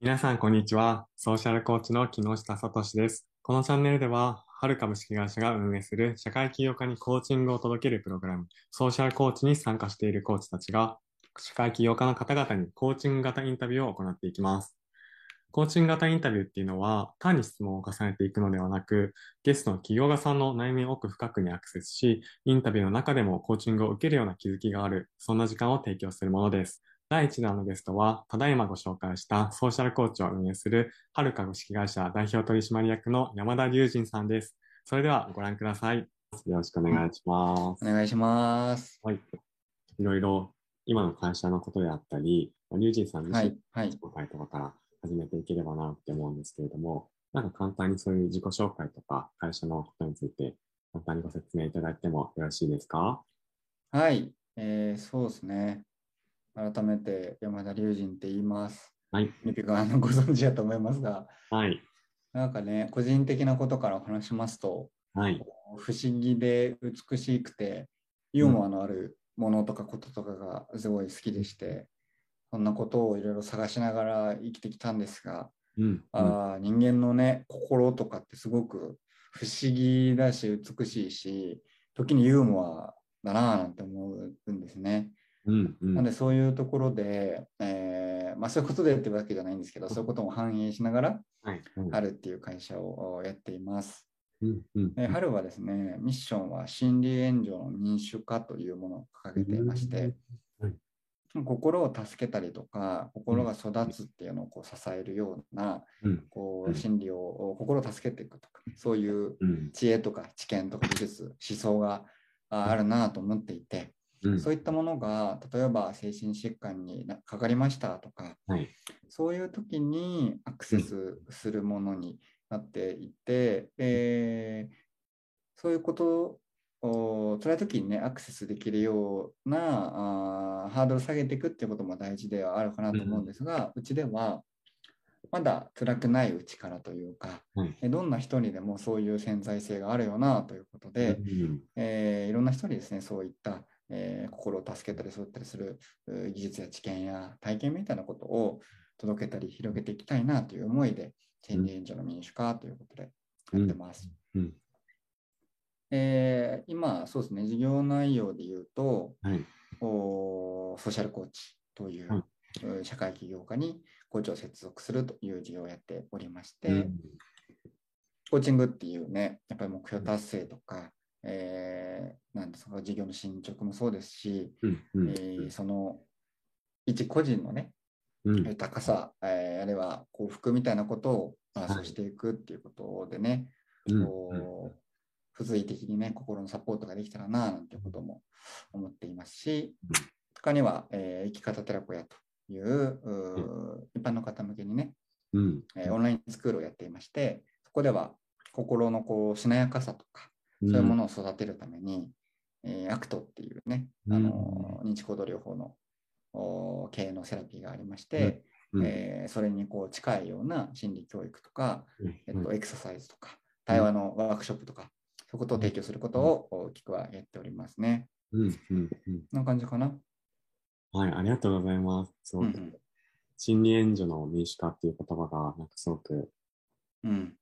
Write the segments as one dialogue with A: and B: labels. A: 皆さん、こんにちは。ソーシャルコーチの木下聡です。このチャンネルでは、春株式会社が運営する社会起業家にコーチングを届けるプログラム、ソーシャルコーチに参加しているコーチたちが、社会起業家の方々にコーチング型インタビューを行っていきます。コーチング型インタビューっていうのは、単に質問を重ねていくのではなく、ゲストの起業家さんの内面を奥深くにアクセスし、インタビューの中でもコーチングを受けるような気づきがある、そんな時間を提供するものです。第1弾のゲストは、ただいまご紹介したソーシャルコーチを運営する、はるか株式会社代表取締役の山田隆人さんです。それではご覧ください。よろしくお願いします。
B: お願いします。
A: はい。いろいろ、今の会社のことであったり、隆人さん自身の自己紹介とかから始めていければなって思うんですけれども、はい、なんか簡単にそういう自己紹介とか、会社のことについて、簡単にご説明いただいてもよろしいですか
B: はい。えー、そうですね。改めて山田龍神って言います。
A: はい。
B: リピがあのご存知だと思いますが、
A: はい。
B: なんかね、個人的なことから話しますと、
A: はい。
B: 不思議で美しくて、ユーモアのあるものとかこととかがすごい好きでして、そんなことをいろいろ探しながら生きてきたんですが、
A: うん、
B: あ人間のね、心とかってすごく不思議だし、美しいし、時にユーモアだなぁなんて思うんですね。
A: うんうん、
B: なんでそういうところで、えー、まあ、そういうことでってわけじゃないんですけど、そういうことも反映しながら、春っていう会社をやっています。
A: うんうん、
B: で春はですね、ミッションは心理援助の民主化というものを掲げていまして、
A: うん、
B: はい、心を助けたりとか、心が育つっていうのをこう支えるような、うん、こう心理を、心を助けていくとか、そういう知恵とか知見とか技術、思想があるなと思っていて、
A: うん、
B: そういったものが例えば精神疾患にかかりましたとか、
A: はい、
B: そういう時にアクセスするものになっていて、うん、えー、そういうことを辛い時にねアクセスできるようなあハードル下げていくっていうことも大事ではあるかなと思うんですが、うん、うちではまだ辛くないうちからというか、
A: はい、
B: どんな人にでもそういう潜在性があるよなということで、うん、えー、いろんな人にですねそういったえー、心を助けたり育ったりする技術や知見や体験みたいなことを届けたり広げていきたいなという思いで、心理援助の民主化ということでやってます。
A: うんうん、
B: えー、今、そうですね、事業内容で言うと、
A: はい、
B: おソーシャルコーチという、はい、社会起業家にコーチを接続するという事業をやっておりまして、うん、コーチングっていうね、やっぱり目標達成とか、えー、なんですか事業の進捗もそうですし、
A: うんうん、え
B: ー、その一個人のね、
A: うん、
B: 高さ、えー、あるいは幸福みたいなことを伴走していくっていうことでね、
A: はい、
B: こう付随的にね心のサポートができたらななんてことも思っていますし、うん、他には、えー、生き方寺子屋という、うん、一般の方向けにね、
A: うん
B: えー、オンラインスクールをやっていましてそこでは心のこうしなやかさとかそういうものを育てるために、うん、えー、アクトっていうね、あの、うん、認知行動療法の経営のセラピーがありまして、うん、えー、それにこう近いような心理教育とか、えっと、エクササイズとか、対話のワークショップとか、そういうことを提供することを大きくはやっておりますね。
A: うん、うん、
B: な感じかな。
A: はい、ありがとうございます。すごく。心理援助の民主化っていう言葉が、なんかすごく、
B: うん、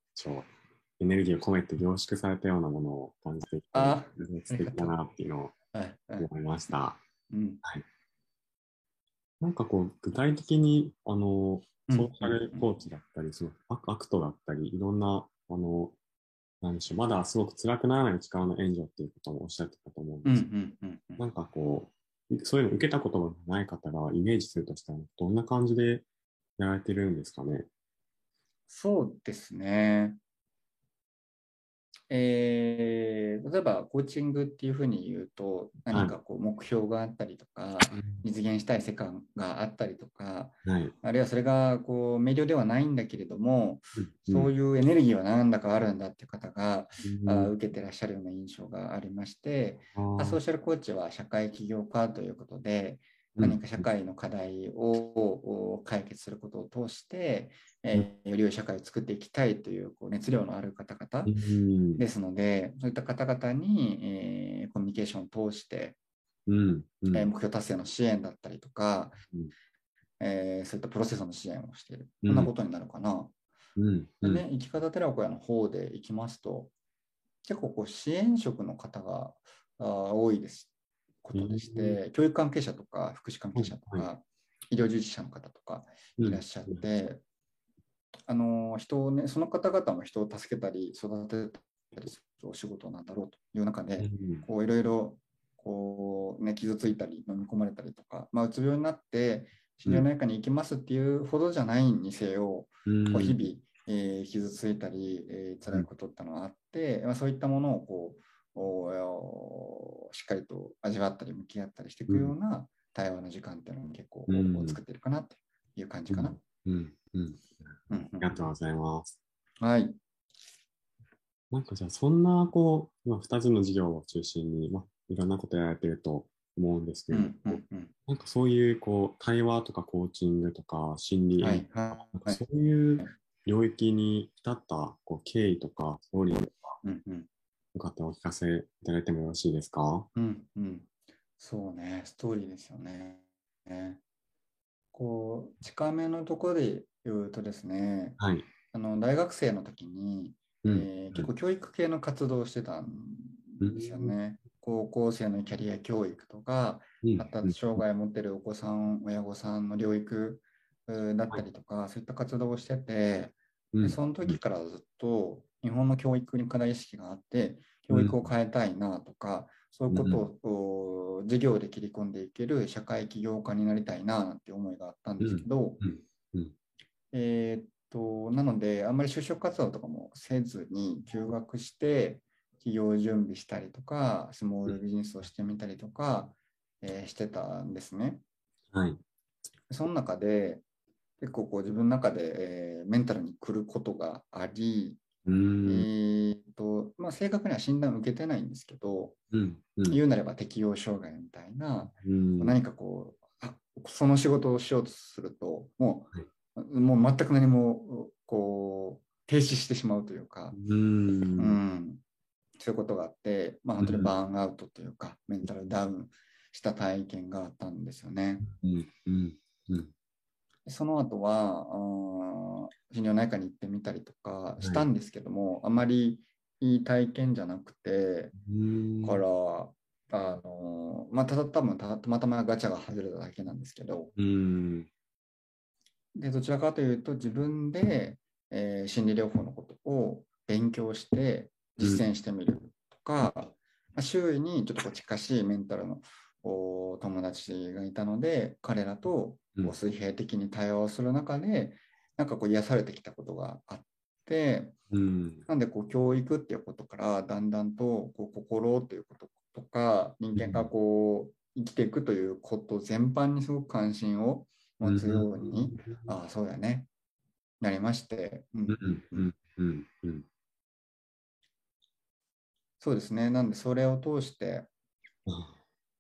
A: エネルギーを込めて凝縮されたようなものを感じてきて、素敵だなっていうのを思いました。
B: はいうん
A: はい、なんかこう、具体的に、あの、ソーシャルコーチだったり、そのアクトだったり、いろんな、あの、なんでしょう、まだすごく辛くならない力の援助っていうこともおっしゃってたと思うんですけど、うんうんうん、なんかこう、そういうの受けたことがない方がイメージするとしたら、どんな感じでやられてるんですかね。
B: そうですね。えー、例えばコーチングっていうふうに言うと何かこう目標があったりとか、はい、実現したい世界があったりとか、
A: はい、
B: あるいはそれがこう明瞭ではないんだけれども、うん、そういうエネルギーは何だかあるんだっていう方が、うん、あ受けてらっしゃるような印象がありまして、うん、ソーシャルコーチは社会起業家ということで何か社会の課題を解決することを通して、えー、より良い社会を作っていきたいというこう熱量のある方々ですので、そういった方々に、えー、コミュニケーションを通して、
A: うんうん、
B: えー、目標達成の支援だったりとか、えーそういったプロセスの支援をしている。こんなことになるかな。
A: うん。うん。
B: でね、生き方寺子屋の方で行きますと、結構こう支援職の方があー多いですことでして、教育関係者とか福祉関係者とか、
A: は
B: 医療従事者の方とか
A: うん
B: いらっしゃって、あの人をね、その方々も人を助けたり育てたりするお仕事なんだろうという中で、
A: うん
B: こういろいろこう、ね、傷ついたり飲み込まれたりとか、まあ、うつ病になって心療内科に行きますっていうほどじゃないにせよ、
A: うん
B: こう日々、えー傷ついたり、えー辛いことってのがあって、まあ、そういったものをこうおーしっかりと味わったり向き合ったりしていくような対話の時間っていうのも結構、
A: うん
B: を作ってるかなっていう感じかな。
A: うん。うん。
B: うんう
A: あ
B: ん
A: りがとうございます。
B: はい、
A: なんかじゃあそんなこう、まあ、2つの事業を中心に、まあ、いろんなことやられてると思うんですけ
B: う
A: ど、
B: んうんうん
A: なんかそういうこう対話とかコーチングとか心理、
B: はい
A: なん
B: は
A: か
B: い
A: そういう領域に至ったこう経緯とかストーリーと
B: うんうん
A: かってお聞かせいただいてもよろしいですか
B: うんうん、そうね、ストーリーですよね。ねこう近めのところで言うとですね、
A: はい。
B: あの大学生の時に、
A: う
B: えー結構教育系の活動をしてたんですよね。高校生のキャリア教育とか、発達障害を持ってるお子さん、親御さんの療育うーだったりとか、そういった活動をしてて、
A: うん
B: でその時からずっと日本の教育に課題意識があって、教育を変えたいなとか、そういうことを、お授業で切り込んでいける社会起業家になりたいななんて思いがあったんですけど、
A: うんうん
B: えーっと、なので、あんまり就職活動とかもせずに休学して、起業準備したりとか、スモールビジネスをしてみたりとか、えーしてたんですね。
A: はい。
B: その中で、結構こう自分の中で、えーメンタルに来ることがあり、
A: うー
B: え
A: ん。
B: ーっと、まあ、正確には診断を受けてないんですけど、
A: うん。うん
B: 言うなれば適応障害みたいな、
A: うん
B: 何かこう、あその仕事をしようとすると、も、
A: はいう
B: もう全く何も、こう、停止してしまうというか、
A: うー。
B: うんん、そういうことがあって、まあ、本当にバーンアウトというか、メンタルダウンした体験があったんですよね。
A: うん。うん。うん。
B: その後は、あー心療内科に行ってみたりとかしたんですけども、あまりいい体験じゃなくて、
A: うん
B: から、あのーまあ、ただ多分たたまたまガチャが外れただけなんですけど、
A: うん。
B: でどちらかというと自分で、えー心理療法のことを勉強して実践してみるとか、まあ周囲にちょっとこう近しいメンタルのお友達がいたので彼らと
A: うん
B: こう水平的に対話をする中で、なんかこう癒されてきたことがあって
A: うん。
B: なんでこう教育っていうことからだんだんとこう心ということとか人間がこう生きていくということ全般にすごく関心を持つようにああ、そうだね。なりまして、うん
A: うん。うん。うん。うん。
B: そうですね。なんで、それを通して、
A: あ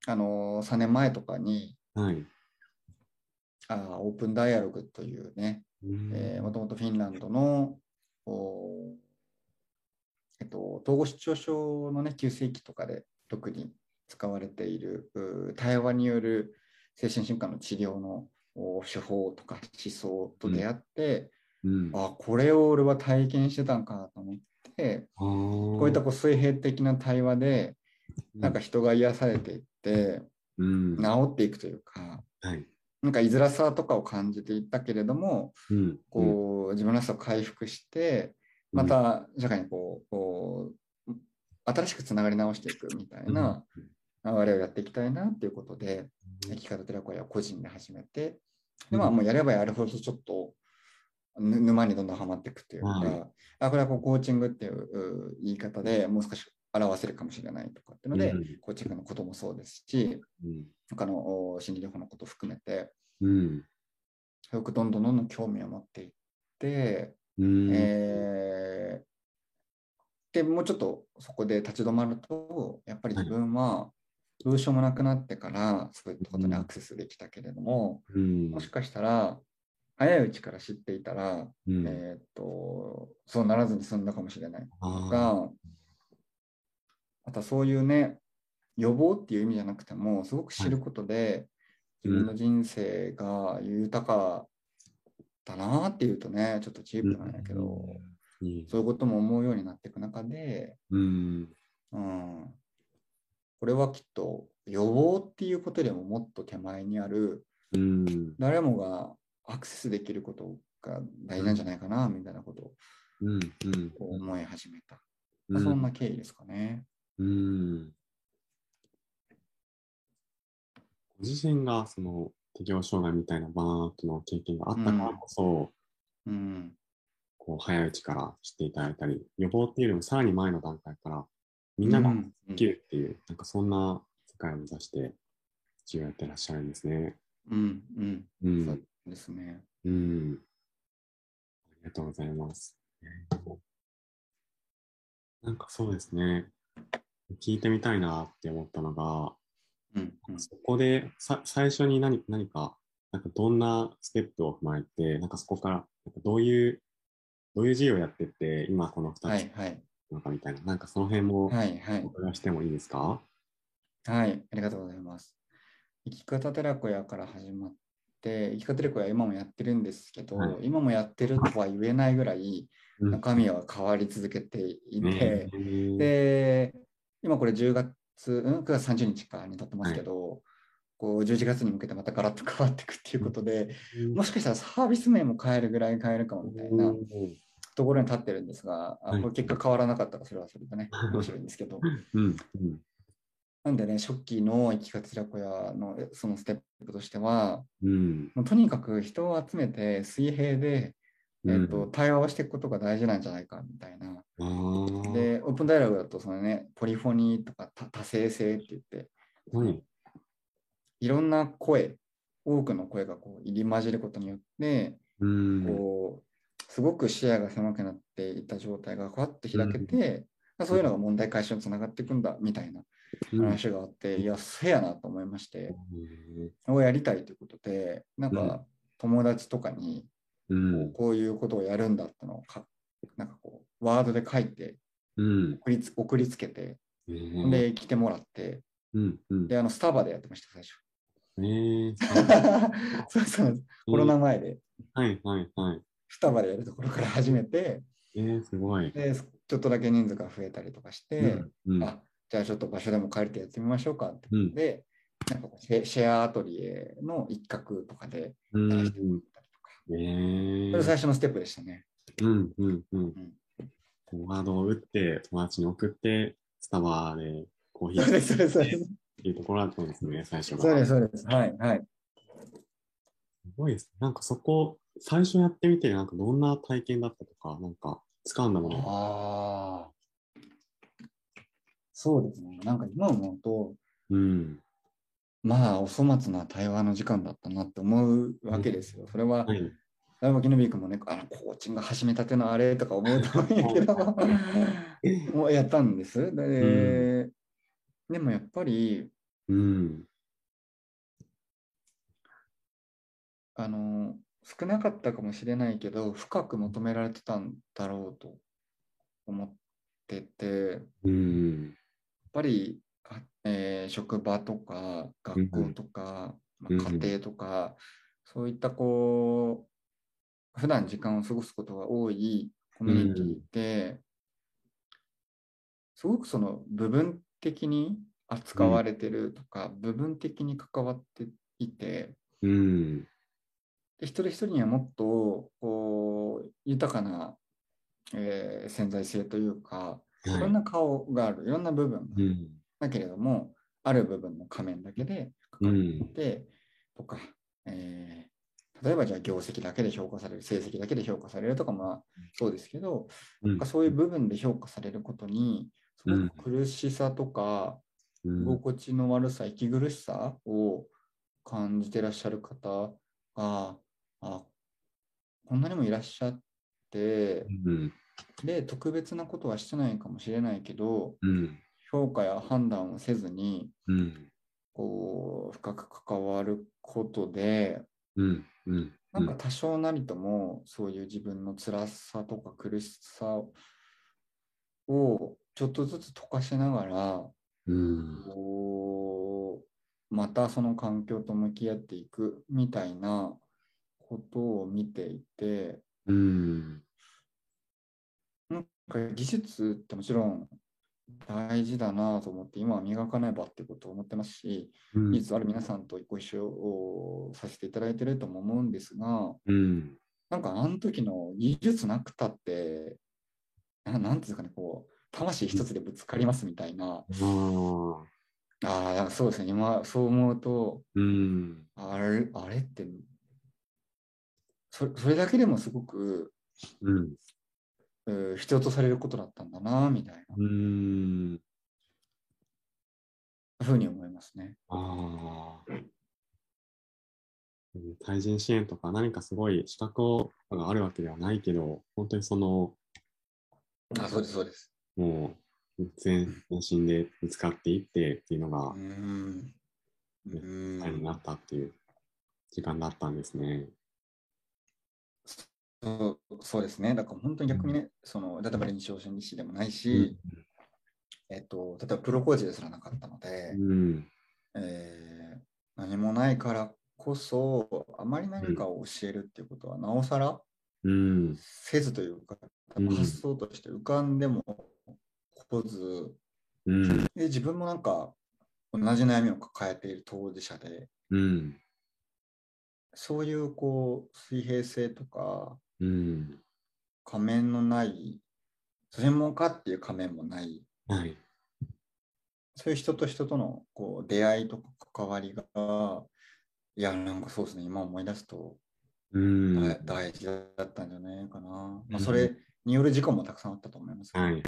B: あのー、3年前とかに、
A: はい。
B: ああオープンダイアログというね、えーもともとフィンランドの、おーえっと、統合失調症のね、急性期とかで特に使われている、うー対話による精神疾患の治療のお手法とか思想と出会って、
A: うん、
B: ああ、これを俺は体験してたんかと思って、
A: こ
B: こういったこう水平的な対話で、なんか、人が癒されていって、
A: うん、
B: 治っていくというか、
A: はい、
B: なんかいづらさとかを感じていったけれども、
A: うん、
B: こう、自分らしさを回復して、
A: うん
B: また社会にこう、こう新しくつながり直していくみたいな流れをやっていきたいなっていうことで、生き方寺子屋を個人で始めて、でまあ、もうやればやるほどちょっとぬ沼にどんどんはまっていくというか、
A: はい
B: あこれはこうコーチングっていうう言い方でもう少し表せるかもしれないとかっていうので、
A: うん
B: コーチングのこともそうですし、
A: うん、
B: 他のお心理療法のことを含めて、
A: うん、
B: よくどんどんどんどん興味を持っていって、
A: うん、
B: えーでもうちょっとそこで立ち止まると、やっぱり自分はどうしようもなくなってから、そういったことにアクセスできたけれども、
A: うん、
B: もしかしたら、早いうちから知っていたら、
A: うん、
B: えーっと、そうならずに済んだかもしれないと
A: あ
B: か、またそういうね、予防っていう意味じゃなくても、すごく知ることで、自分の人生が豊かだなっていうとね、ちょっとチープなんだけど、
A: いい
B: そういうことも思うようになっていく中で、
A: うん。
B: うん、これはきっと予防っていうことでももっと手前にある
A: うん。
B: 誰もがアクセスできることが大事なんじゃないかなみたいなことを
A: うん。
B: 思い始めた、
A: うん。
B: そんな経緯ですかね。
A: うん。ご自身がその適応障害みたいなバーンアウトの経験があったからこそ、
B: うん
A: こう早いうちから知っていただいたり、予防っていうよりもさらに前の段階から、み
B: み
A: んなができるっていう、なんかそんな世界を目指して、授業やってらっしゃるんですね。
B: うんうん、
A: う
B: そ
A: ん
B: う。ですね。
A: うん。ありがとうございます。なんかそうですね。聞いてみたいなって思ったのが、
B: うんうん
A: そこでさ最初に何何か、なんかどんなステップを踏まえて、なんかそこからなんかどういう、どういう授業やってって、今この
B: は
A: 2つ
B: いはい
A: のかみたいな、なんかその辺も
B: はいはい
A: お。伺いしてもいいですか
B: はい、ありがとうございます。生き方寺子屋から始まって、生き方寺子屋は今もやってるんですけど、
A: はい
B: 今もやってるとは言えないぐらい、
A: うん
B: 中身は変わり続けてい
A: ね
B: て、で、今これ10月、うん、9月30日かに撮ってますけど、こう11月に向けてまたガラッと変わっていくっていうことで、もしかしたらサービス名も変えるぐらい変えるかもみたいなところに立ってるんですが、あ
A: はい
B: これ結果変わらなかったらそれはそれでね、面白いんですけど。
A: うんうん
B: なんでね、初期の生き方寺子屋のえそのステップとしては、
A: うん
B: もうとにかく人を集めて水平で、
A: うん
B: えっと対話をしていくことが大事なんじゃないかみたいな。
A: あー
B: で、オープンダイアログだとその、ね、ポリフォニーとか多多声性って言って、
A: はい
B: いろんな声、多くの声がこう入り混じることによって、
A: うん
B: こうすごく視野が狭くなっていた状態がふわっと開けて、あそういうのが問題解消につながっていくんだみたいな
A: うん
B: 話があって、いや、そうやなと思いまして。をやりたいということで、なん
A: うん
B: か友達とかに
A: うん
B: こういうことをやるんだってのをか、なんかこう、ワードで書いて
A: うん
B: 送りつ、送りつけて、
A: えー
B: で、来てもらって、
A: うんうん
B: で、あの、スタバでやってました、最初。
A: え ー
B: そうそう、コロナ前で、
A: はいはいはい
B: スタバでやるところから始めて、
A: えーすごい
B: で、ちょっとだけ人数が増えたりとかして、
A: うん
B: あ、じゃあちょっと場所でも借りてやってみましょうかって。
A: うん
B: で、なんかこうシェシェアアトリエの一角とかで
A: う
B: や
A: ん
B: らせてもらったりとか、
A: え
B: それ
A: ー
B: 最初のステップでしたね。
A: うんうんうん
B: ん
A: ワードを打って友達に送ってスタバでコーヒー
B: そうです、そうです、そう
A: っ
B: です。
A: ていうところだったんですね最初が
B: そうです、そうです。はい、はい。
A: すごいですね。なんかそこ、最初やってみて、なんかどんな体験だったとか、なんか掴んだもの。
B: ああ。そうですね。なんか今思うと、
A: うん。
B: まあ、お粗末な対話の時間だったなって思うわけですよ。それは、
A: はい。
B: 大巻のびくんもね、あの、コーチング始めたてのあれとか思うと思うんやけど、もうやったんです。で、
A: う
B: でもやっぱり、
A: うん。
B: あの、少なかったかもしれないけど、深く求められてたんだろうと思ってて、
A: うん。
B: やっぱり、かえー職場とか学校とか、ま
A: う
B: あ
A: んうん
B: 家庭とか、そういったこう普段時間を過ごすことが多いコミュニティで、すごくその部分的に扱われてるとか、部分的に関わっていて
A: うん。
B: で一人一人にはもっとこう豊かな、えー潜在性というかい
A: は
B: ろん
A: い。
B: な顔があるいろんな部分がある
A: うん。
B: だけれども、ある部分の仮面だけで
A: う
B: 関わ
A: ん
B: っ。てとか、えー例えばじゃあ業績だけで評価される、成績だけで評価されるとかもそうですけど、
A: うん
B: なんかそういう部分で評価されることに、すご
A: うん
B: く苦しさとか、居
A: うん。
B: 心地の悪さ、息苦しさを感じてらっしゃる方が、あこんなにもいらっしゃって、
A: うん。
B: で、特別なことはしてないかもしれないけど、
A: うん。
B: 評価や判断をせずに、
A: うん。
B: こう深く関わることで
A: うん。うん。
B: なんか多少なりともそういう自分の辛さとか苦しさをちょっとずつ溶かしながら
A: うん。
B: こまたその環境と向き合っていくみたいなことを見ていて、
A: うん。
B: なんか技術ってもちろん大事だなと思って、今は磨かねばってことを思ってますし、
A: うん
B: 技術ある皆さんとご一緒をさせていただいてるとも思うんですが、
A: うん。
B: なんかあの時の技術なくたって、ななんていうんですかね、こう、魂一つでぶつかりますみたい
A: あ
B: な、
A: ー
B: ああ、そうですね、今、そう思うと、
A: うん。
B: あれあれってそ、それだけでもすごく、
A: うん。
B: うん必要とされることだったんだな、みたいな
A: うん。
B: ふうに思いますね。
A: ああ。うん対人支援とか何かすごい資格があるわけではないけど、本当にその、
B: あそうです、そうです。
A: もう、全身でぶつかっていってっていうの
B: う
A: が、
B: ん。うん
A: 大変になったっていう時間だったんですね。
B: そうそうですね。だから本当に逆にね、その、例えば臨床心理士でもないし、えっと、例えばプロコーチですらなかったので、
A: うん。
B: えー何もないからこそ、あまり何かを教えるっていうことは、なおさら
A: うん。
B: せずというか、
A: うん
B: 発想として浮かんでもこず、
A: うん。
B: で自分もなんか同じ悩みを抱えている当事者で、
A: うん。
B: そういうこう水平性とか
A: うん。
B: 仮面のない、専門家っていう仮面もない、
A: はい。
B: そういう人と人とのこう出会いとか関わりが、いや、なんかそうですね、今思い出すと
A: うん。
B: だ
A: はい
B: 大事だったんじゃないかな。
A: う
B: まあ、
A: ん
B: それによる事故もたくさんあったと思いますけど、
A: い。はい。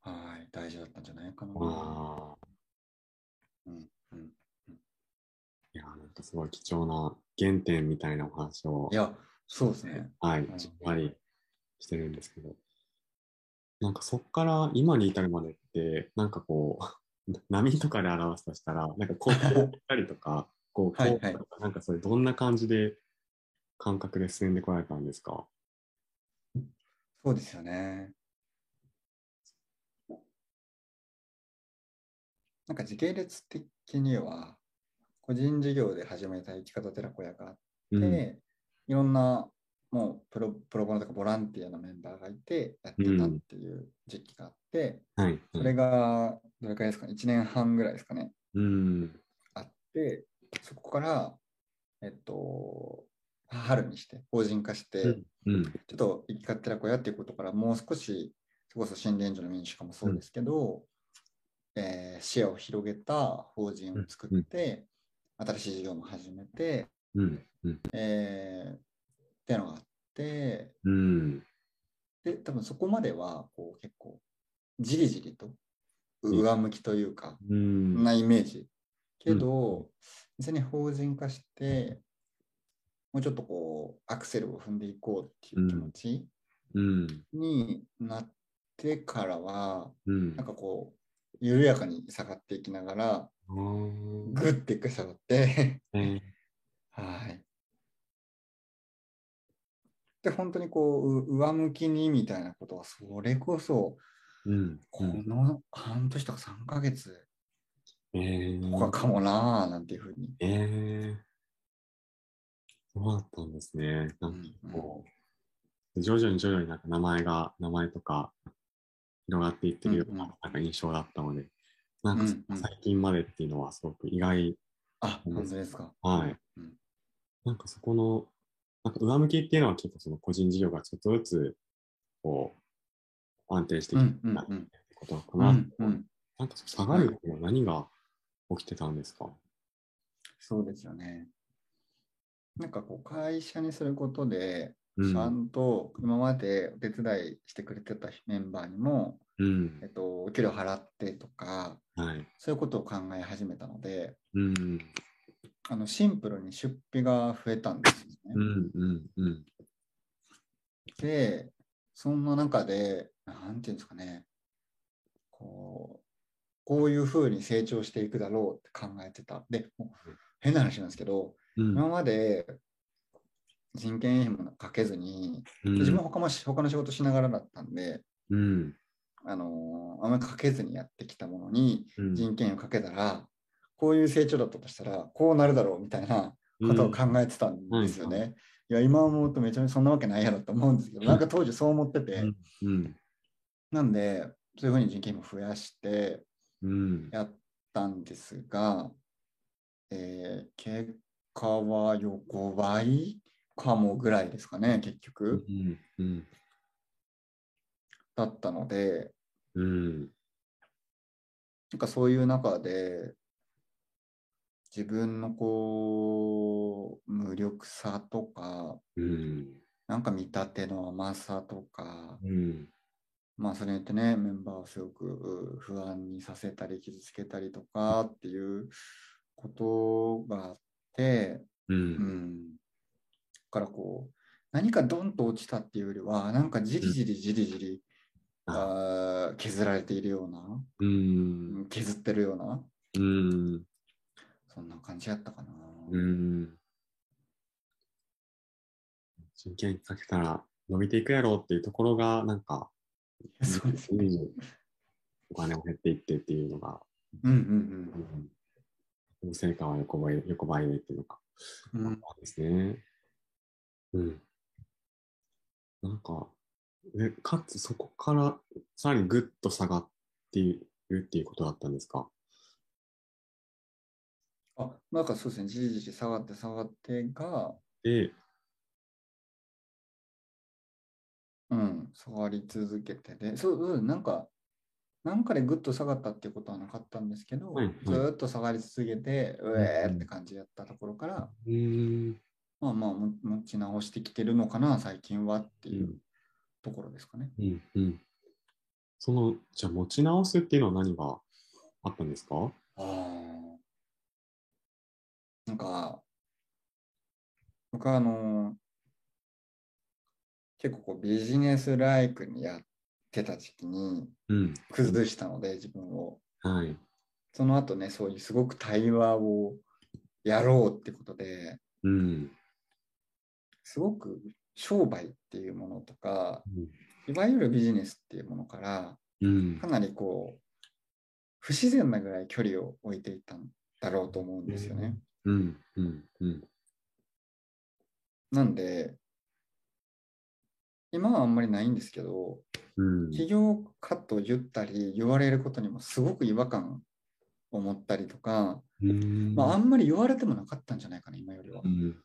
B: はい、大事だったんじゃないかな。
A: わあ。
B: うんうん
A: いや、なんかすごい貴重な原点みたいなお話を
B: い、や、そうですね。
A: はい
B: うん、
A: しっかりしてるんですけど、なんかそっから今に至るまでって、なんかこう、 波とかで表すとしたら、なんかこう、こう行ったりと か、こう、こう、
B: はいはい
A: なんかそれどんな感じで感覚で進んでこられたんですか
B: そうですよね。なんか時系列的には、個人事業で始めた生き方寺子屋があって、
A: うん。
B: いろんなもうプロプロボノとかボランティアのメンバーがいてやってたっていう時期があって、
A: はい。
B: それがどれくらいですかね、1年半ぐらいですかね、
A: うん。
B: あって、そこから、えっと、春にして、法人化して、
A: うん。
B: ちょっと生き勝手な小屋っていうことから、もう少し、それこそ新伝所の民主化もそうですけど、えー視野を広げた法人を作って、新しい事業も始めて、
A: うん。うん。
B: えーってのがあって、
A: うん。
B: で、多分そこまでは、こう結構、じりじりと、
A: ん
B: 上向きというか、
A: うん。
B: なイメージ。けど、実際に法人化して、もうちょっとこう、アクセルを踏んでいこうっていう気持ち、
A: うん。
B: になってからは、
A: うん。
B: なんかこう、緩やかに下がっていきながら、
A: あー
B: ぐって一回下がって、
A: え
B: はい。で、本当にこう、う上向きにみたいなことは、それこそ、
A: うん。
B: この半年とか3ヶ月
A: え
B: とかかもなーなんていうふうに。
A: ええそうだったんですね。
B: う
A: なんか
B: ん
A: こう、徐々に徐々になんか名前が、名前とか広がっていってるよう
B: うんうん
A: ななんか印象だったので、なん
B: う
A: か
B: んうん
A: 最近までっていうのはすごく意外、
B: あ、本当ですか。
A: はい。
B: うん
A: なんかそこの、なんか上向きっていうのは結構その個人事業がちょっとずつ、こう、安定して
B: う
A: きたっ
B: んうんうん。
A: てことなのか
B: う
A: な。
B: んうん。
A: なんか下がるっていうのは何が起きてたんですか
B: そうですよね。なんかこう、会社にすることで、
A: う
B: ちゃ
A: ん。
B: んと今までお手伝いしてくれてたメンバーにも、
A: うん
B: えっ。と、お給料払ってとか、
A: はい。
B: そういうことを考え始めたので、
A: うん。
B: あのシンプルに出費が増えたんですよ
A: う
B: ね。
A: ん。うん。うん。
B: で、そんな中で、なんていうんですかね、こう、こういうふうに成長していくだろうって考えてた。で、もう変な話なんですけど、
A: うん
B: 今まで人件費もかけずに、
A: うん
B: 自分も他も他の仕事しながらだったんで、
A: うん
B: あのーあんまりかけずにやってきたものに
A: うん
B: 人件費をかけたら、こういう成長だったとしたら、こうなるだろうみたいなことを考えてたんですよね。いや、今思うとめちゃめちゃそんなわけないやろと思うんですけど、なんか当時そう思ってて、
A: うん。
B: なんで、そういうふうに人件費も増やして
A: うん。
B: やったんですが、えー結果は横ばいかもぐらいですかね、結局、
A: うん。うん。
B: だったので、
A: うん。
B: なんかそういう中で、自分のこう、無力さとか、
A: うん。
B: なんか見立ての甘さとか、
A: うん。
B: まあそれによってね、メンバーをすごくう不安にさせたり、傷つけたりとかっていうことがあって、
A: う。
B: うんん。だからこう、何かドンと落ちたっていうよりは、なんかじりじりじりじり、あー削られているような、
A: うん。
B: うん削ってるような、
A: うん。
B: そんな感じやったかな。
A: うん。真剣にかけたら伸びていくやろうっていうところが、なんか、
B: そうですね。
A: うんお金も減っていってっていうのが、
B: うん
A: うん、成果は横ばい、横ばいでっていうのが、
B: うんうん。うん
A: ですね。うん。なんか、え、かつそこからさらにぐっと下がっているっていうことだったんですか
B: あ、なんかそうですね、じりじり下がって下がってが、
A: で、
B: うん、下がり続けてで、そう、うん、なんか、なんかでぐっと下がったっていうことはなかったんですけど、
A: はいはい
B: ずーっと下がり続けて、うえーって感じやったところから、
A: うん、
B: まあまあ、も持ち直してきてるのかな、最近はっていう
A: うん
B: ところですかね。
A: うんうん。その、じゃあ持ち直すっていうのは何があったんですか
B: ああ。なんか、僕はあの、結構こうビジネスライクにやってた時期に
A: うん。
B: 崩したので、自分を。
A: はい。
B: その後ね、そういうすごく対話をやろうってことで、
A: うん。
B: すごく商売っていうものとか、
A: うん
B: いわゆるビジネスっていうものから、
A: うん
B: か。なりこう、不自然なぐらい距離を置いていったんだろうと思うんですよね。
A: うん。うん。うん。
B: なんで、今はあんまりないんですけど、
A: うん。
B: 起業家と言ったり言われることにもすごく違和感を持ったりとか、
A: うん。
B: まあ、あんまり言われてもなかったんじゃないかな、今よりは。っ
A: うん。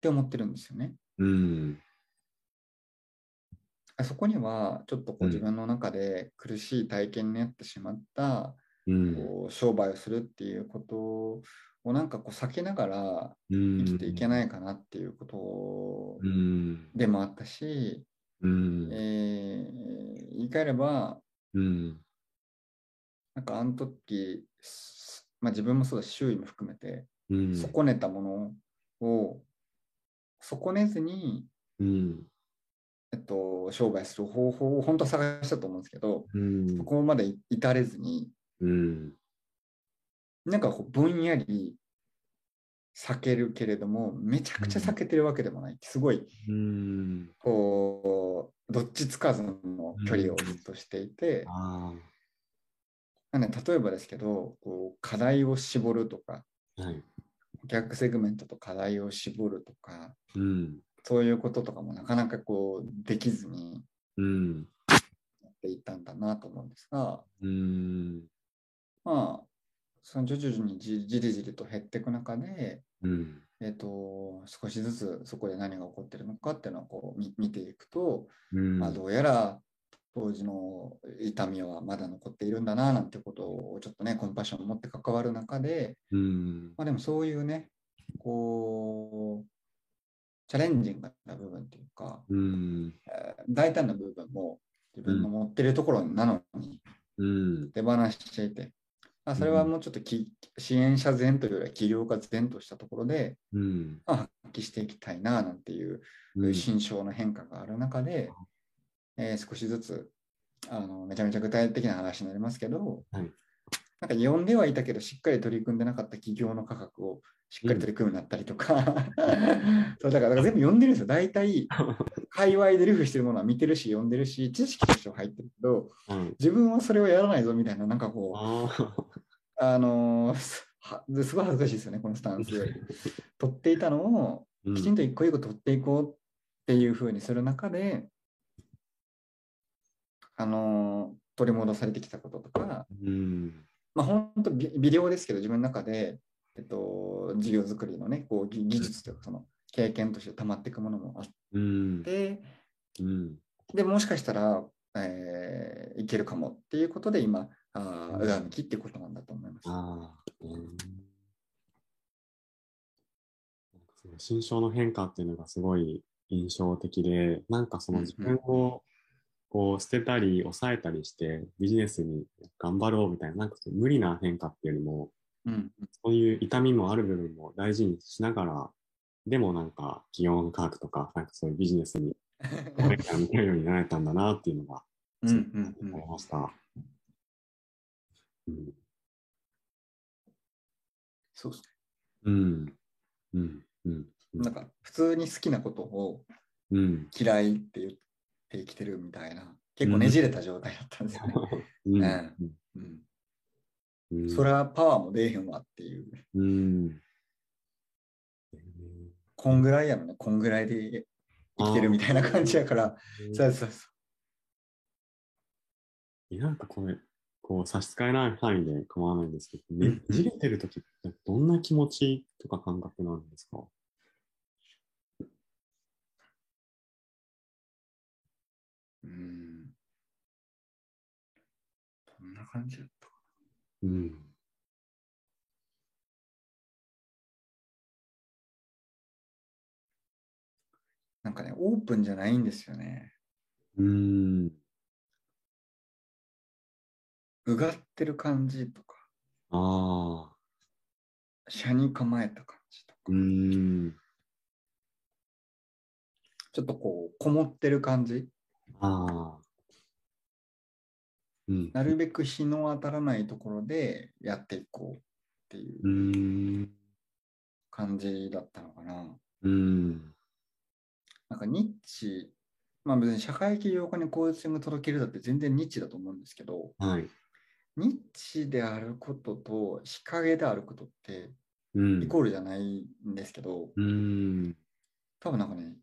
B: て思ってるんですよね。
A: うん。
B: あそこには、ちょっとこ
A: う
B: うん自分の中で苦しい体験になってしまった、
A: うん。
B: こう商売をするっていうことをなんかこう避けながら
A: 生
B: 生きていけ
A: い。
B: ないかなっていうこ
A: うん。
B: とでもあったし、
A: うん。
B: えー言い換えれば、
A: うん。
B: なんかあの時、すまあ、自分もそうだし、周囲も含めて、
A: うん。
B: 損ねたものを損ねずに、
A: うん。
B: えっと、商売する方法を本当は探したと思うんですけど、
A: うん
B: そ。こまでい至れずに、
A: うん。
B: なんかこうぼんやり避けるけれども、めちゃくちゃ避けてるわけでもない、すごい、
A: うん。
B: こう、どっちつかずの距離をずっとしていて、
A: あ
B: なんで例えばですけどこう、課題を絞るとか、
A: あ。はい。
B: 顧客セグメントと課題を絞るとか、
A: うん。
B: そういうこととかもなかなかこうできずに
A: うん。
B: やっていったんだなと思うんですが、
A: うん。
B: まあ、その徐々にじじりじりと減っていく中で、
A: うん。
B: えっと少しずつそこで何が起こってるのかっていうのをこうみ見ていくと、
A: うん。
B: まあ、どうやら当時の痛みはまだ残っているんだななんてことをちょっとねコンパッションを持って関わる中で、
A: うん。
B: まあ、でもそういうねこうチャレンジングな部分っていうか、
A: うん。
B: えー大胆な部分も自分の持ってるところなのに
A: うん。
B: 手放していて、あそれはもうちょっとき支援者前というよりは起業家前としたところで、
A: うん。
B: まあ、発揮していきたいななんていう心象の変化がある中で、えー少しずつあのめちゃめちゃ具体的な話になりますけど、
A: はい
B: なんか読んではいたけどしっかり取り組んでなかった企業の価格をしっかり取り組むようになったりとか、 そうだからだから全部読んでるんですよ大体界隈でルフしてるものは見てるし読んでるし知識としては入ってるけど
A: はい。
B: 自分はそれをやらないぞみたいななんかこう
A: ああ。
B: あのーはすごい恥ずかしいですよね、このスタ ンス。取っていたのを、きちんと一個一個取っていこうっていうふうにする中で、あの取り戻されてきたこととか、
A: うん。
B: まあ、本当微量ですけど自分の中で、えっと、事業作りのねこう技技術というかその経験として溜まっていくものもあっ
A: うん。
B: て
A: うん。
B: でもしかしたら、えーいけるかもっていうことで今あー上向きっていうことなんだと思います。
A: ああ。うんなんかその心象の変化っていうのがすごい印象的で、なんかその自分をこう捨てたり抑えたりしてビジネスに頑張ろうみたいな、なんかその無理な変化っていうよりも、
B: うん、
A: そういう痛みもある部分も大事にしながら、でもなんか気温科学とか、なんかそういうビジネスにこれから向けるようになれたんだなっていうのが
B: うんうんうん
A: 思いました。うん
B: そうです
A: うん。うん。うん。
B: ね。なんか普通に好きなことを
A: うん。
B: 嫌いって言って生きてるみたいな結構ねじれた状態だったんですよね。
A: うん。
B: うん
A: うん。
B: そりゃパワーも出えへんわっていう。
A: うん。
B: こんぐらいやろね、こんぐらいで生きてるみたいな感じやから。そうそうそ
A: なんかこれ、こう差し支えない範囲で構わないんですけど、ねじれてるときってどんな気持ちとか感覚なんですか
B: う。うん。どんな感じやったか
A: うん。
B: なんかね、オープンじゃないんですよね。
A: うん。
B: うがってる感じとか、
A: ああ。
B: 車に構えた感じとか、
A: うん。
B: ちょっとこう、こもってる感じ。
A: ああ。うん。
B: なるべく日の当たらないところでやっていこうっていう
A: うん。
B: 感じだったのかな。
A: うん。
B: なんかニッチ、まあ別に社会起業家にコーチング届けるだって全然ニッチだと思うんですけど、
A: はい。
B: ニッチであることと日陰であることって
A: うん。
B: イコールじゃないんですけど、
A: うん。
B: 多分なんかね、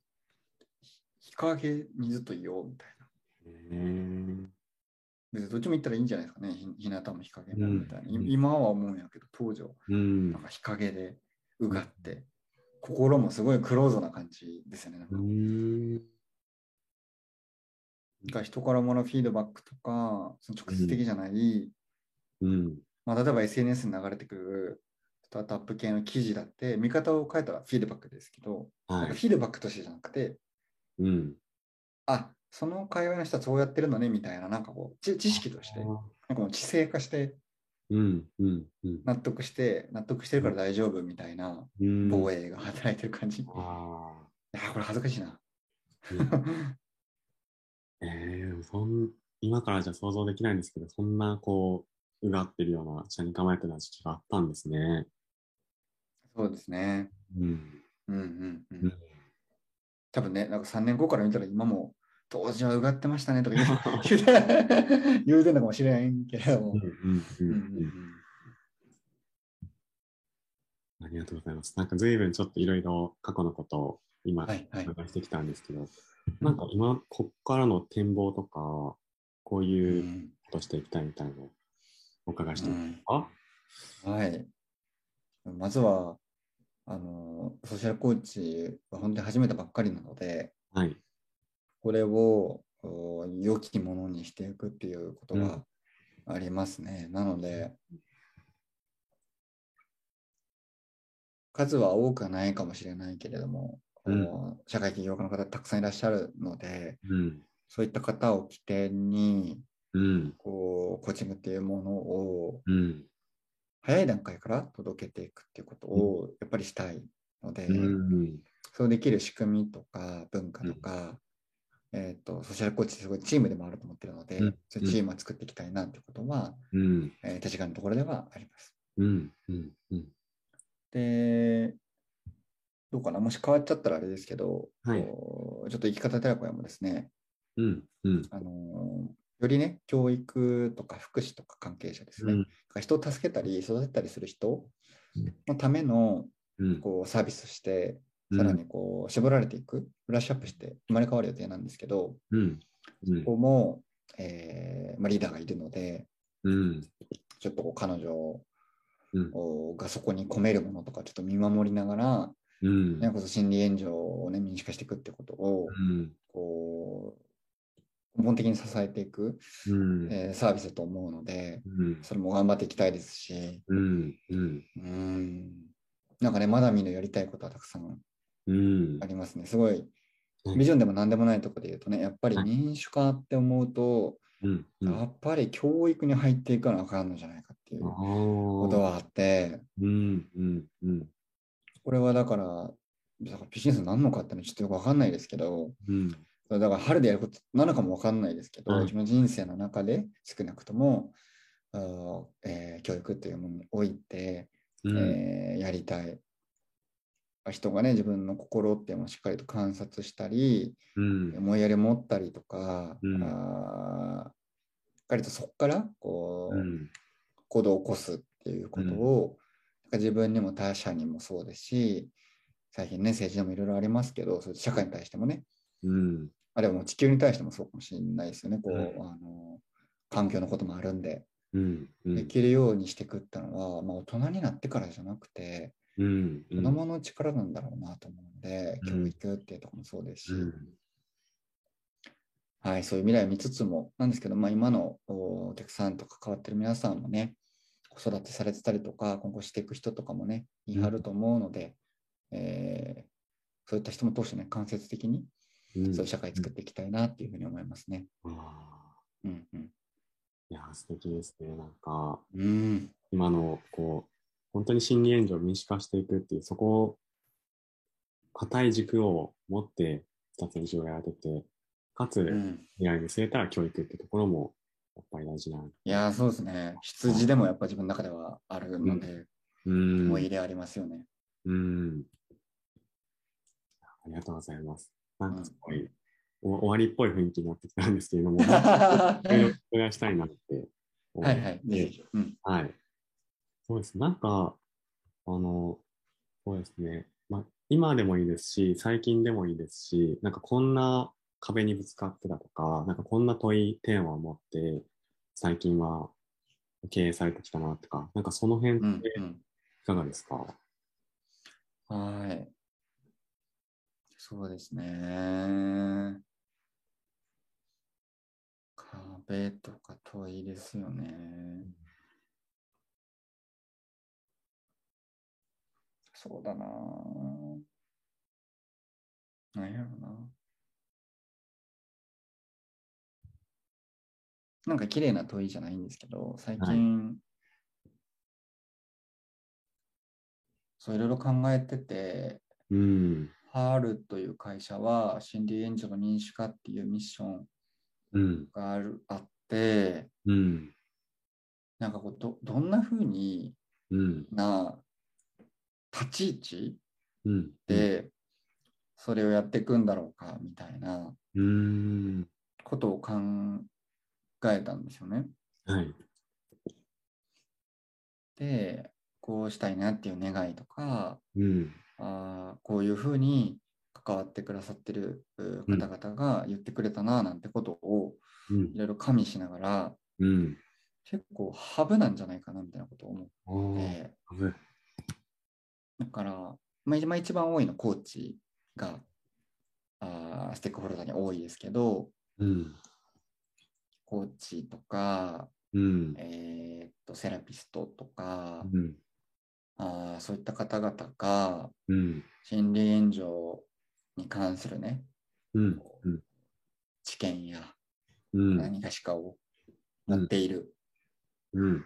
B: 日陰にずっといようみたいな。
A: うん。
B: 別にどっちも行ったらいいんじゃないですかね、ひ日向も日陰も
A: うん
B: みたいな。い今は思うんやけど、当時は
A: うん
B: なん。か日陰でうがって、心もすごいクローズな感じですよね。なんか
A: うん。
B: なんか人からもらうフィードバックとか、その直接的じゃない、
A: うん。
B: まあ、例えば SNS に流れてくるスタートアップ系の記事だって、見方を変えたらフィードバックですけど、
A: は
B: なんか
A: い。
B: フィードバックとしてじゃなくて、
A: うん。
B: あその界隈の人はそうやってるのねみたいな、なんかこう、知知識として、なんかもう知性化して、
A: うん。うん。うん。
B: 納得して、納得してるから大丈夫みたいな
A: うん。
B: 防衛が働いてる感じ。い
A: あ
B: やー、これ恥ずかしいな。
A: あ。ええそん、今からじゃ想像できないんですけど、そんなこう、うがってるような、車に構えてた時期があったんですね。
B: そうですね。
A: うん。
B: うんうんう
A: うんん。
B: 多分ね、なんか3年後から見たら今も、当時はうがってましたねとか 言う言うて言うてんのかもしれないけれども
A: う。ん。う
B: うんうん
A: ん。
B: う
A: うん。
B: ん
A: ありがとうございます。なんか随分ちょっといろいろ過去のことを今、
B: はいはい
A: お伺いしてきたんですけど、なんか今、こっからの展望とか、こう
B: う
A: いうんことしていきたいみたいなのをお伺いして
B: う
A: いいで
B: ん
A: すか、
B: はい。まずは、あの、ソーシャルコーチは本当に始めたばっかりなので、
A: はい。
B: これをお良きものにしていくっていうことがありますね。なので、数は多くはないかもしれないけれども、
A: うん
B: お社会起業家の方たくさんいらっしゃるので、
A: うん。
B: そういった方を起点に、
A: うん。
B: こう、コーチングっていうものを
A: うん。
B: 早い段階から届けていくっていうことをやっぱりしたいので、
A: うん。
B: そうできる仕組みとか文化とか、えっ、と、ソーシャルコーチってすごいチームでもあると思ってるので、
A: うん
B: そういうチームを作っていきたいなっていうことは、
A: うん。
B: えー、確かのところではあります。
A: うん。うん。うん。
B: で、どうかな、もし変わっちゃったらあれですけど、
A: はい
B: こうちょっと生き方寺子屋もですね、
A: うん。うん。
B: あのーよりね、教育とか福祉とか関係者ですね、
A: うん
B: 人を助けたり育てたりする人のための
A: うん。
B: こうサービスして、
A: うん
B: さらにこう絞られていく、ブラッシュアップして生まれ変わる予定なんですけど、
A: うん。うん
B: ここも、えーまあ、リーダーがいるので、
A: うん。
B: ちょっとこう彼女を
A: うん
B: おがそこに込めるものとか、ちょっと見守りながら、
A: うん。
B: ね、こそ心理援助を、ね、民主化していくってことを、
A: うん。
B: こう、根本的に支えていく、
A: うん。
B: えーサービスだと思うので、
A: うん。
B: それも頑張っていきたいですし、
A: うん。うん。
B: うん、なんかね、まだ見ぬやりたいことはたくさん
A: うん
B: あ。りますね。すごい
A: うん、
B: ビジョンでも何でもないところで言うとね、やっぱり
A: はい
B: 民主化って思うと、
A: うん。
B: やっぱり教育に入っていかなあかんのじゃないかっていうこ
A: こと
B: はあって、
A: うん。うん。うん。
B: これはだから、だからビジネスになんのかってのはちょっとよくわかんないですけど、
A: うん。
B: だから春でやることなのかもわかんないですけど、
A: はい
B: 自分の人生の中で少なくとも、あーえー教育というものにおいて、
A: うん。
B: えーやりたい人がね自分の心っていうのをしっかりと観察したり
A: うん。
B: 思いやりを持ったりとか、
A: うん
B: あーしっかりとそこからこう、
A: うん。
B: 行動を起こすっていうことを、なんか自分にも他者にもそうですし最近ね政治でもいろいろありますけどそう社会に対してもね
A: うん。
B: あるいはもう地球に対してもそうかもしれないですよねこう、
A: はい
B: あの環境のこともあるんで、
A: うん。うん。
B: できるようにしていくってのは、まあ、大人になってからじゃなくて、
A: うん。
B: 子供の力なんだろうなと思うので、
A: うん
B: 教育っていうところもそうですし、
A: うん。
B: はい、そういう未来を見つつもなんですけど、まあ、今のおお客さんと関わってる皆さんもね子育てされてたりとか今後していく人とかもね言い張ると思うので、えーそういった人も通してね間接的に
A: うん。
B: そういう社会作っていきたいなっていうふうに思いますね。
A: あ
B: うんうん
A: ーいやー、素敵ですね。なんか、
B: うん
A: 今の、こう、本当に心理援助を民主化していくっていう、そこを、固い軸を持って、二つ以上やられてて、かつ、
B: うん
A: 未来を見据えたら教育ってところも、やっぱり大事な。
B: いやーそうですね羊でもやっぱ自分の中ではあるので、
A: うん
B: 思い入れありますよね。
A: うん。ありがとうございます。なんかすごい、お終わりっぽい雰囲気になってきたんですけれど も、
B: は
A: お願いしたいなって思
B: い
A: っ
B: は
A: て。
B: い、ぜひ。うん
A: はい。そうです。なんか、あの、そうですね。まあ、今でもいいですし、最近でもいいですし、なんかこんな壁にぶつかってたとか、なんかこんな問い、テーマを持って、最近は経営されてきたなとか、なんかその辺っ
B: うん
A: て
B: うん
A: いかがですか、
B: はい。そうですね。壁とか問いですよね。そうだな。なんやろな。なんか綺麗な問いじゃないんですけど、最近、
A: はい
B: そういろいろ考えてて、
A: うん。
B: ハールという会社は心理援助の民主化っていうミッション
A: うん。
B: があるあって、
A: うん。
B: なんかこうどどんなふうに
A: うん。
B: な立ち位置
A: うん。
B: でそれをやっていくんだろうかみたいな
A: うん。
B: ことを考えたんですよね。
A: はい。
B: でこうしたいなっていう願いとか
A: うん。
B: あーこういうふうに関わってくださってるう方々が言ってくれたななんてことを
A: うん
B: い。ろいろ加味しながら
A: うん。
B: 結構ハブなんじゃないかなみたいなことを思
A: あー
B: って、
A: 危ない
B: だから、まあ、今一番多いのはコーチがあーステークホルダーに多いですけど、
A: うん。
B: コーチとか、
A: うん。
B: えーっとセラピストとか、
A: うん。
B: あーそういった方々が
A: うん。
B: 心理援助に関するね、
A: うん。うん
B: 知見や
A: うん。
B: 何かしかを持っている。
A: うん。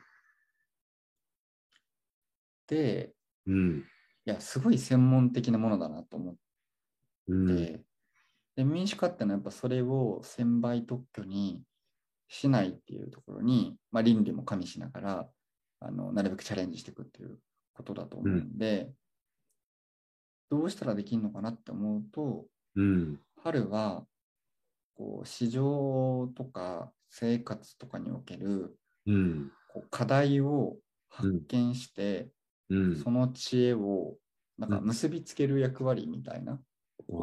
B: で、
A: うん。
B: いや、すごい専門的なものだなと思って
A: うん。
B: でで民主化ってのはやっぱそれを専売特許にしないっていうところに、まあ、倫理も加味しながらあのなるべくチャレンジしていくっていうことだと思うんで、どうしたらできるのかなって思うと
A: うん。
B: 春はこう市場とか生活とかにおける
A: うん。
B: こう課題を発見して、
A: ううん。
B: その知恵をなんか結びつける役割みたいな
A: あ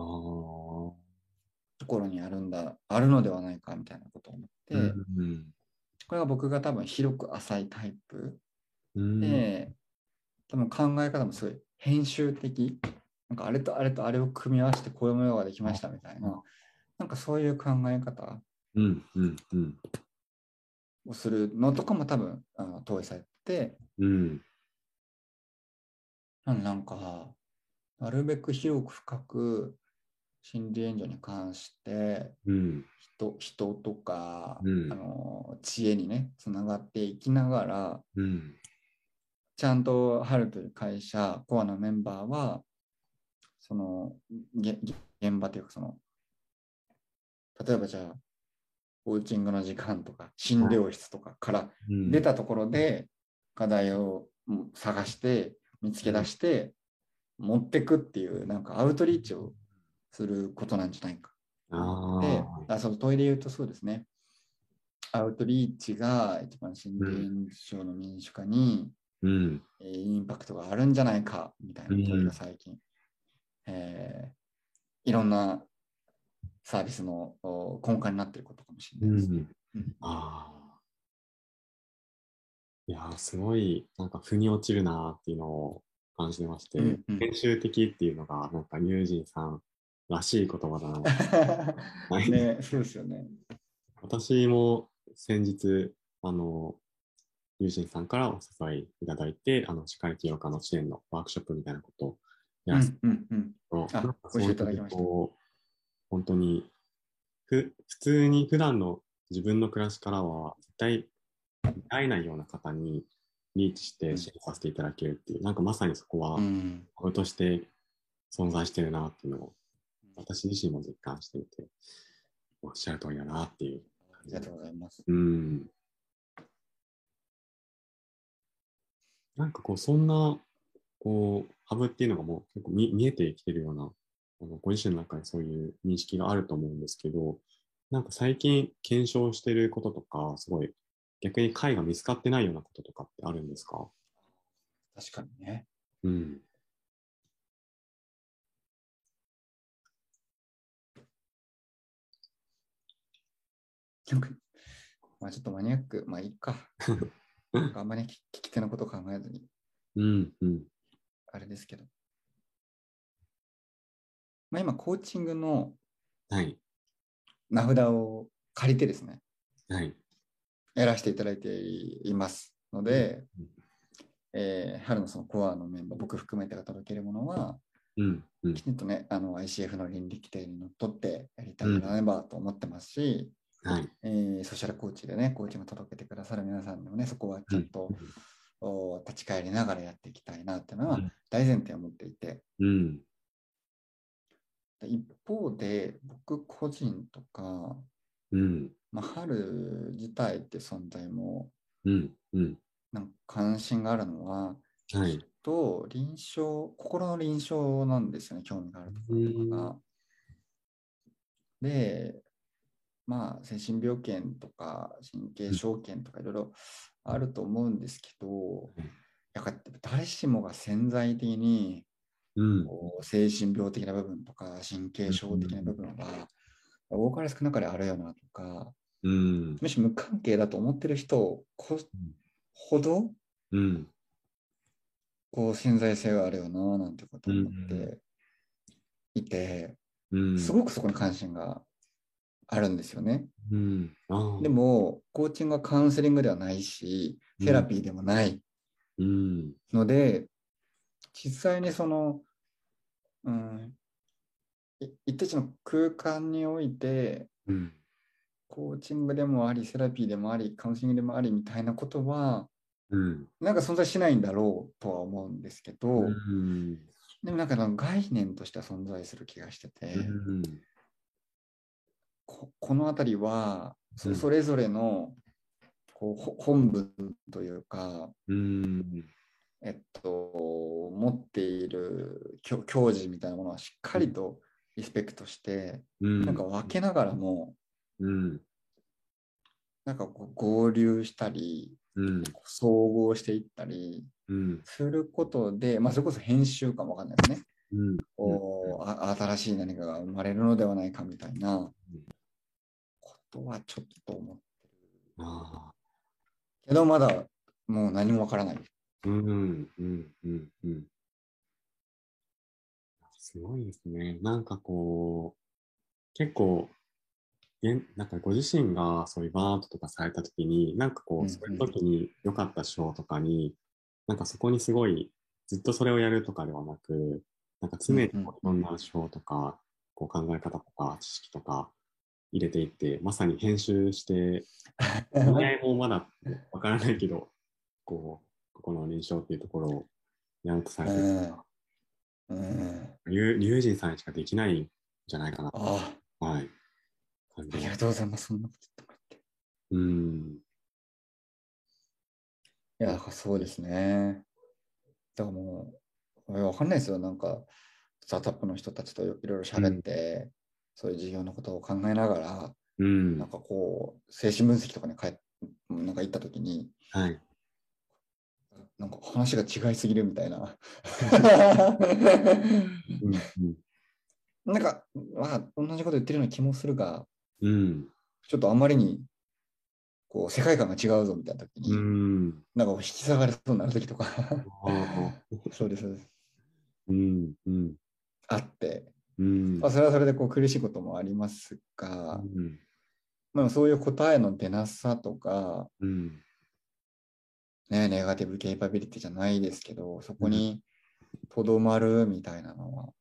B: ところにあるんだ、あるのではないかみたいなことを思って、
A: あ。うん。
B: これは僕が多分広く浅いタイプ
A: うん。
B: で、多分考え方もすごい編集的、なんかあれとあれとあれを組み合わせてこういうものができましたみたいな、なんかそういう考え方
A: うん。うん。うん。
B: をするのとかも多分あの投影されて、
A: うん。
B: うんなんか、なるべく広く深く心理援助に関して
A: うん。
B: 人人とか、
A: うん
B: あの知恵にねつながっていきながら
A: うん。
B: ちゃんとハルという会社コアのメンバーはそのげげ現場というかその例えばじゃあコーチングの時間とか診療室とかから
A: うん。
B: 出たところで課題をうん探して見つけ出して持ってくっていうなんかアウトリーチをすることなんじゃないか
A: あ
B: で
A: あ。、
B: あそう問いで言うとそうですね。アウトリーチが一番心理援助の民主化に、
A: うん。
B: えーインパクトがあるんじゃないかみたいな問い
A: うん
B: が最近、えーいろんなサービスのお根幹になっていることかもしれないですね。うん
A: ああ。いやー、すごい、なんか、腑に落ちるなーっていうのを感じてまして、
B: うんうん
A: 編集的っていうのが、なんか、ニュージンさんらしい言葉だな。はい
B: ね、そうですよね。
A: 私も先日、あの、友人さんからお誘いいただいて、あの、社会起業家の支援のワークショップみたいなことを
B: う
A: やらせて
B: んうんうん。
A: もら
B: あ
A: なんかそういう
B: 教えていただきました
A: こう本当に、ふ、普通に普段の自分の暮らしからは、絶対会えないような方にリーチして支援させていただけるっていう、なんかまさにそこは
B: う、ん、
A: 俺として存在してるなっていうのを、私自身も実感していて、おっしゃる通りだなっていう
B: ありがとうございます。
A: うん。なんかこう、そんな、こう、ハブっていうのがもう結構見見えてきてるような、あのご自身の中にそういう認識があると思うんですけど、なんか最近検証してることとか、すごい逆に解が見つかってないようなこととかってあるんですか
B: 確かにね。
A: うん。
B: なんかまあちょっとマニアック、まあいいか。なんかあんまり聞聞き手のことを考えずに、
A: うん、うん、
B: あれですけど。まあ今、コーチングの
A: はい、
B: 名札を借りてですね、
A: はい。
B: やらせていただいていますので
A: うんうん、
B: えー春のそのコアのメンバー、僕含めてが届けるものは、
A: うん、うん
B: き、ちんとね、あの ICF の倫理規定にのっとってやりたいなればと思ってますし、
A: はい。
B: えーソーシャルコーチでね、コーチが届けてくださる皆さんにもね、そこはちゃんと、お立ち返りながらやっていきたいなっていうのは
A: うん
B: 大前提を持っていて、
A: うん、
B: で一方で僕個人とか、
A: うん、
B: まあ、春自体って存在も
A: うん、うん、
B: なんか関心があるのは、
A: はい。
B: と臨床心の臨床なんですよね興味があるところとかが。でまあ精神病権とか神経症権とかいろいろあると思うんですけど
A: うん
B: やっぱ誰しもが潜在的に
A: うん、
B: こう精神病的な部分とか神経症的な部分が多かれ少なかれあるよなとか
A: うん、
B: むしろ無関係だと思ってる人こほど
A: うん、
B: こう潜在性があるよななんてことを思っ
A: うんう
B: ていて、
A: うん。
B: すごくそこに関心があるんですよね。
A: うん。ああ。
B: で、もコーチングはカウンセリングではないし
A: うん
B: セラピーでもない
A: うん。
B: ので、実際にその、うん、い一定値の空間において
A: うん。
B: コーチングでもありセラピーでもありカウンセリングでもありみたいなことは
A: うん。
B: なんか存在しないんだろうとは思うんですけど。
A: うん。
B: でもなんかなんか概念としては存在する気がしてて、
A: うん。
B: ここの辺りは
A: う
B: そ
A: ん
B: それぞれのこうほ本文というか、
A: うん。
B: えっと、持っている教教示みたいなものはしっかりとリスペクトして、
A: うん。
B: なんか分けながらも
A: うん。
B: なんかこう合流したり
A: うん。
B: 総合していったり
A: うん。
B: することで、まあ、それこそ編集かもわかんないですね。
A: うん。
B: こうあ新しい何かが生まれるのではないかみたいなことはちょっと思う
A: ああ。
B: けど、まだもう何もわから ない。
A: うん。うん。うん。うん。すごいですね。なんかこう、結構、げんなんかご自身がそういうバーンアウトとかされたときに、なんかこ
B: うんう
A: う、
B: ん
A: そういう時に良かった賞とかに、なんかそこにすごい、ずっとそれをやるとかではなく、なんか常にこういろんな賞とか、こう考え方とか知識とか入れていって、まさに編集して意味合いもまだわからないけど、こう、ここの臨床っていうところをやろうとされてる、
B: うんうん
A: 龍龍神さんしかできないんじゃないかな。
B: あ
A: はい。感
B: あ、あ
A: じ
B: り
A: が
B: がとうございます。そんなこと言ってもらって。
A: うん。
B: いや、だからそうですね。だからもう、いやわかんないですよ。なんか、スタートアップの人たちといろいろ喋って、そういう事業のことを考えながら、
A: うん。
B: なんかこう、精神分析とかに帰っなんか行ったときに、
A: はい。
B: なんか話が違いすぎるみた いな。
A: うん。
B: なんか、まあ、同じこと言ってるような気もするが、
A: うん。
B: ちょっとあまりに、こう、世界観が違うぞみたいな時に、
A: うん。
B: なんか引き下がれそうになる時とか、
A: ああ
B: そうです、そうです。
A: うん。うん。
B: あって、
A: うん。
B: まあ、それはそれでこう苦しいこともありますが、
A: うん。
B: まあ、そういう答えの出なさとか、
A: うん。
B: ね、ネガティブケイパビリティじゃないですけど、そこにとどまるみたいなのは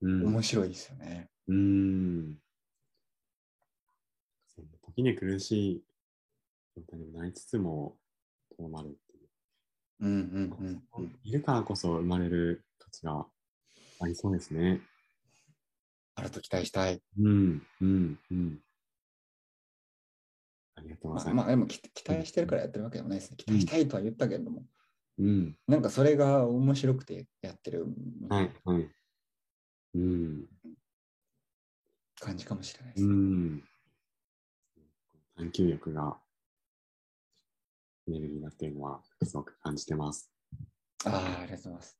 A: うん。
B: 面白いですよね。
A: うん。その時に苦しい状態にもなりつつも、どうなるっていう。
B: うんうんうんうん。
A: いるからこそ生まれる価値がありそうですね。
B: あると期待したい。
A: うん、うん、うん。ありがとうご
B: ま
A: ざ
B: あ、
A: います。
B: まあ、でもき期待してるからやってるわけでもないですね。期待したいとは言ったけれども、
A: うん、
B: なんかそれが面白くてやってる
A: はい、はい。うん、
B: 感じかもしれないで
A: う
B: す。
A: ん。探求力がエネルギーだっていうのはすごく感じてます。
B: ああ、ありがとうございます。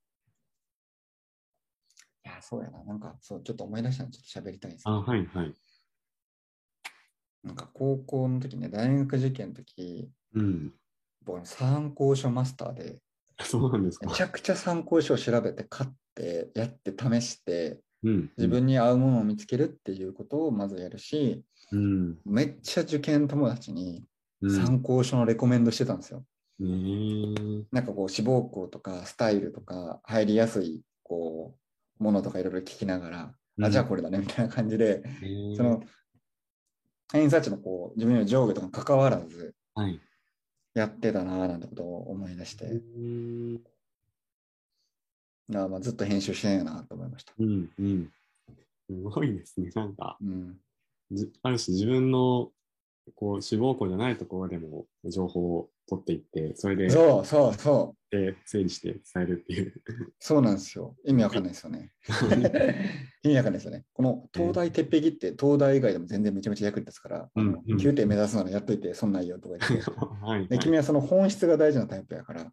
B: いや、そうやな。なんか、そう、ちょっと思い出したんで、ちょっと喋りたいんですけ
A: あ、
B: ど
A: はい、はい。
B: なんか高校の時ね、大学受験の時、
A: うん。
B: 僕ね参考書マスターで、
A: そうなんですか
B: め。ちゃくちゃ参考書を調べて、買って、やって、試して、
A: うん。
B: 自分に合うものを見つけるっていうことをまずやるし、
A: うん。
B: めっちゃ受験友達に
A: うん。
B: 参考書のレコメンドしてたんですよ。
A: ね
B: なんかこう志望校とかスタイルとか入りやすいこうものとかいろいろ聞きながら、
A: うん
B: あじゃあこれだねみたいな感じで、
A: え。ねえ
B: その偏差値のこう自分の上下とかに関わらず
A: はい。
B: やってたなーなんてことを思い出して、
A: うん。
B: だからまあずっと編集してんやなと思いました。
A: うんうん。すごいですね。なんか、
B: うん、
A: じある種自分のこう志望校じゃないところでも情報を取っていって、それで
B: そうそうそ
A: で整理して伝えるっていう。
B: うそうなんですよ。意味わかんないですよね。意味わかんないですよね。この東大鉄壁って東大以外でも全然めちゃめちゃ役に立つから、
A: うん
B: あの
A: うん
B: 9点目指すならやっといてそんなんいいよとか言って。
A: はい、はい
B: で君はその本質が大事なタイプや から、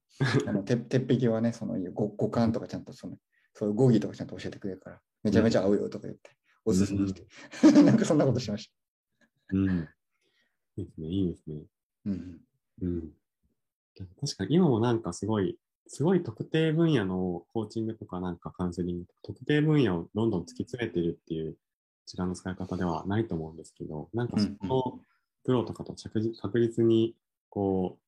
B: あのて鉄壁はね、その五五感とかちゃんとその、そういう語義とかちゃんと教えてくれるから、めちゃめちゃ合うよとか言って、おすすめして、 なんかそんなことしまし
A: うん。いいですね、いいですね。
B: た。うん、
A: うん。確かに今もなんかすごい、すごい特定分野のコーチングとかなんかカウンセリングとか、特定分野をどんどん突き詰めてるっていう時間の使い方ではないと思うんですけど、なんかそこのプロとかと着実確実に、こ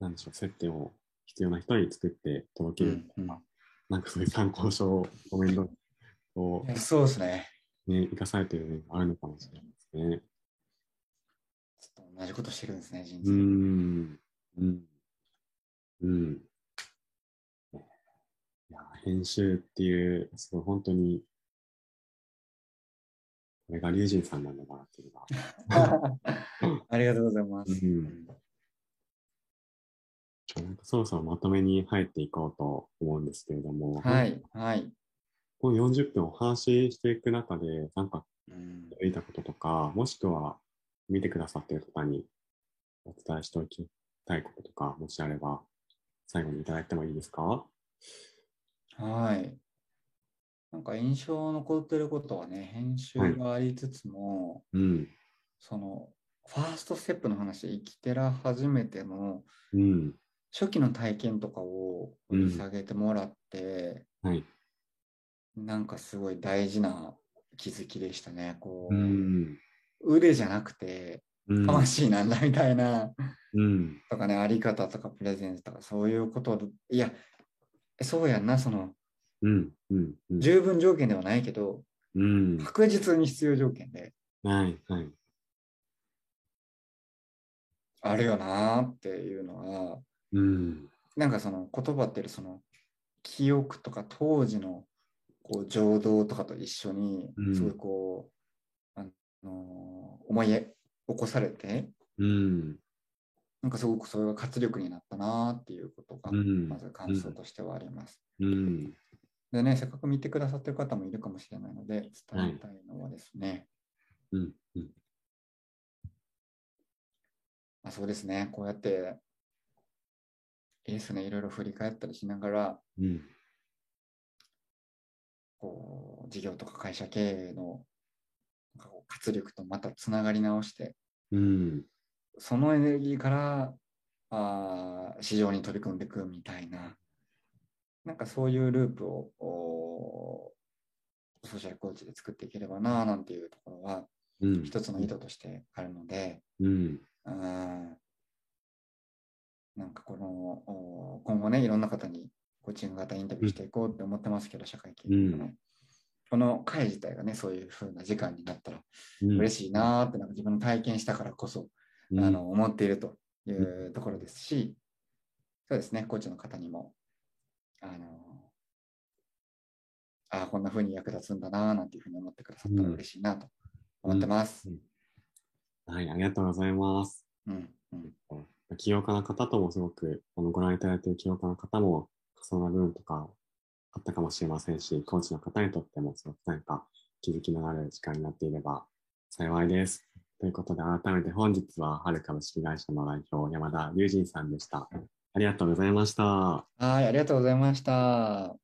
A: う、なんでしょう、接点を必要な人に作って届ける、
B: うん
A: なんかそういう参考書をコメントを
B: い、やそうですね。
A: ね、生かされてる面があるのかもしれないですね。
B: ちょっと同じことしてるんですね、人
A: う
B: 生。
A: ーん。うん。うん。いや、編集っていう、すごい本当に、これが龍神さんなんだなっていうのが。
B: ありがとうございます。
A: うんちょなんかそろそろまとめに入っていこうと思うんですけれども、
B: はい、はい。
A: この40分お話ししていく中で、なんか
B: うん
A: 得たこととか、もしくは見てくださっている方にお伝えしておきたいこととか、もしあれば最後にいただいてもいいですか
B: はい。なんか印象残ってることはね、編集がありつつも、
A: うん。
B: その、ファーストステップの話、生きてら初めての
A: うん。
B: 初期の体験とかを掘り下げてもらって、
A: はい。
B: なんかすごい大事な気づきでしたね。こう、
A: うん。
B: 腕じゃなくて、
A: うん。
B: 魂なんだみたいな。
A: うん。
B: とかね、あり方とかプレゼンスとかそういうことを、いや、そうやんな、その、
A: うん。うん。うん
B: 十分条件ではないけど、
A: うん。
B: 確実に必要条件で、
A: はい。はい。
B: あるよなーっていうのは、
A: うん。
B: なんかその言葉ってその、記憶とか当時のこう情動とかと一緒に
A: う、ん
B: すごいこう、あのー思い起こされて、
A: うん。
B: なんかすごくそれが活力になったなーっていうことが
A: う、ん
B: まず感想としてはあります。
A: うん。
B: でね、せっかく見てくださってる方もいるかもしれないので、伝えたいのはですね、
A: うん。うん。
B: あそうですね、こうやって、いいですね、いろいろ振り返ったりしながら、
A: うん。
B: こう、事業とか会社経営のなんかこう活力とまたつながり直して、
A: うん。
B: そのエネルギーから、あー市場に取り組んでいくみたいな、なんかそういうループを、おーソーシャルコーチで作っていければな、なんていうところは、
A: うん。
B: 一つの意図としてあるので、
A: うん。
B: うんなんかこのお今後ねいろんな方にコーチング型インタビューしていこうって思ってますけど、社会経営とかね、この会自体がねそういう風な時間になったら
A: うん。
B: 嬉しいなーってなんか自分の体験したからこそ、
A: うん
B: あ、の思っているというところですし、そうですねコーチの方にもあのあーこんな風に役立つんだなーなんていう風に思ってくださったら嬉しいなと思ってます。
A: はい、ありがとうございます。
B: うんうん
A: 起業家の方ともすごく、あの、ご覧いただいている起業家の方も、重なる部分とか、あったかもしれませんし、コーチの方にとっても、すごくなんか、気づきのある時間になっていれば幸いです。ということで、改めて本日は、はる株式会社の代表、山田隆人さんでした。ありがとうございました。
B: はい、ありがとうございました。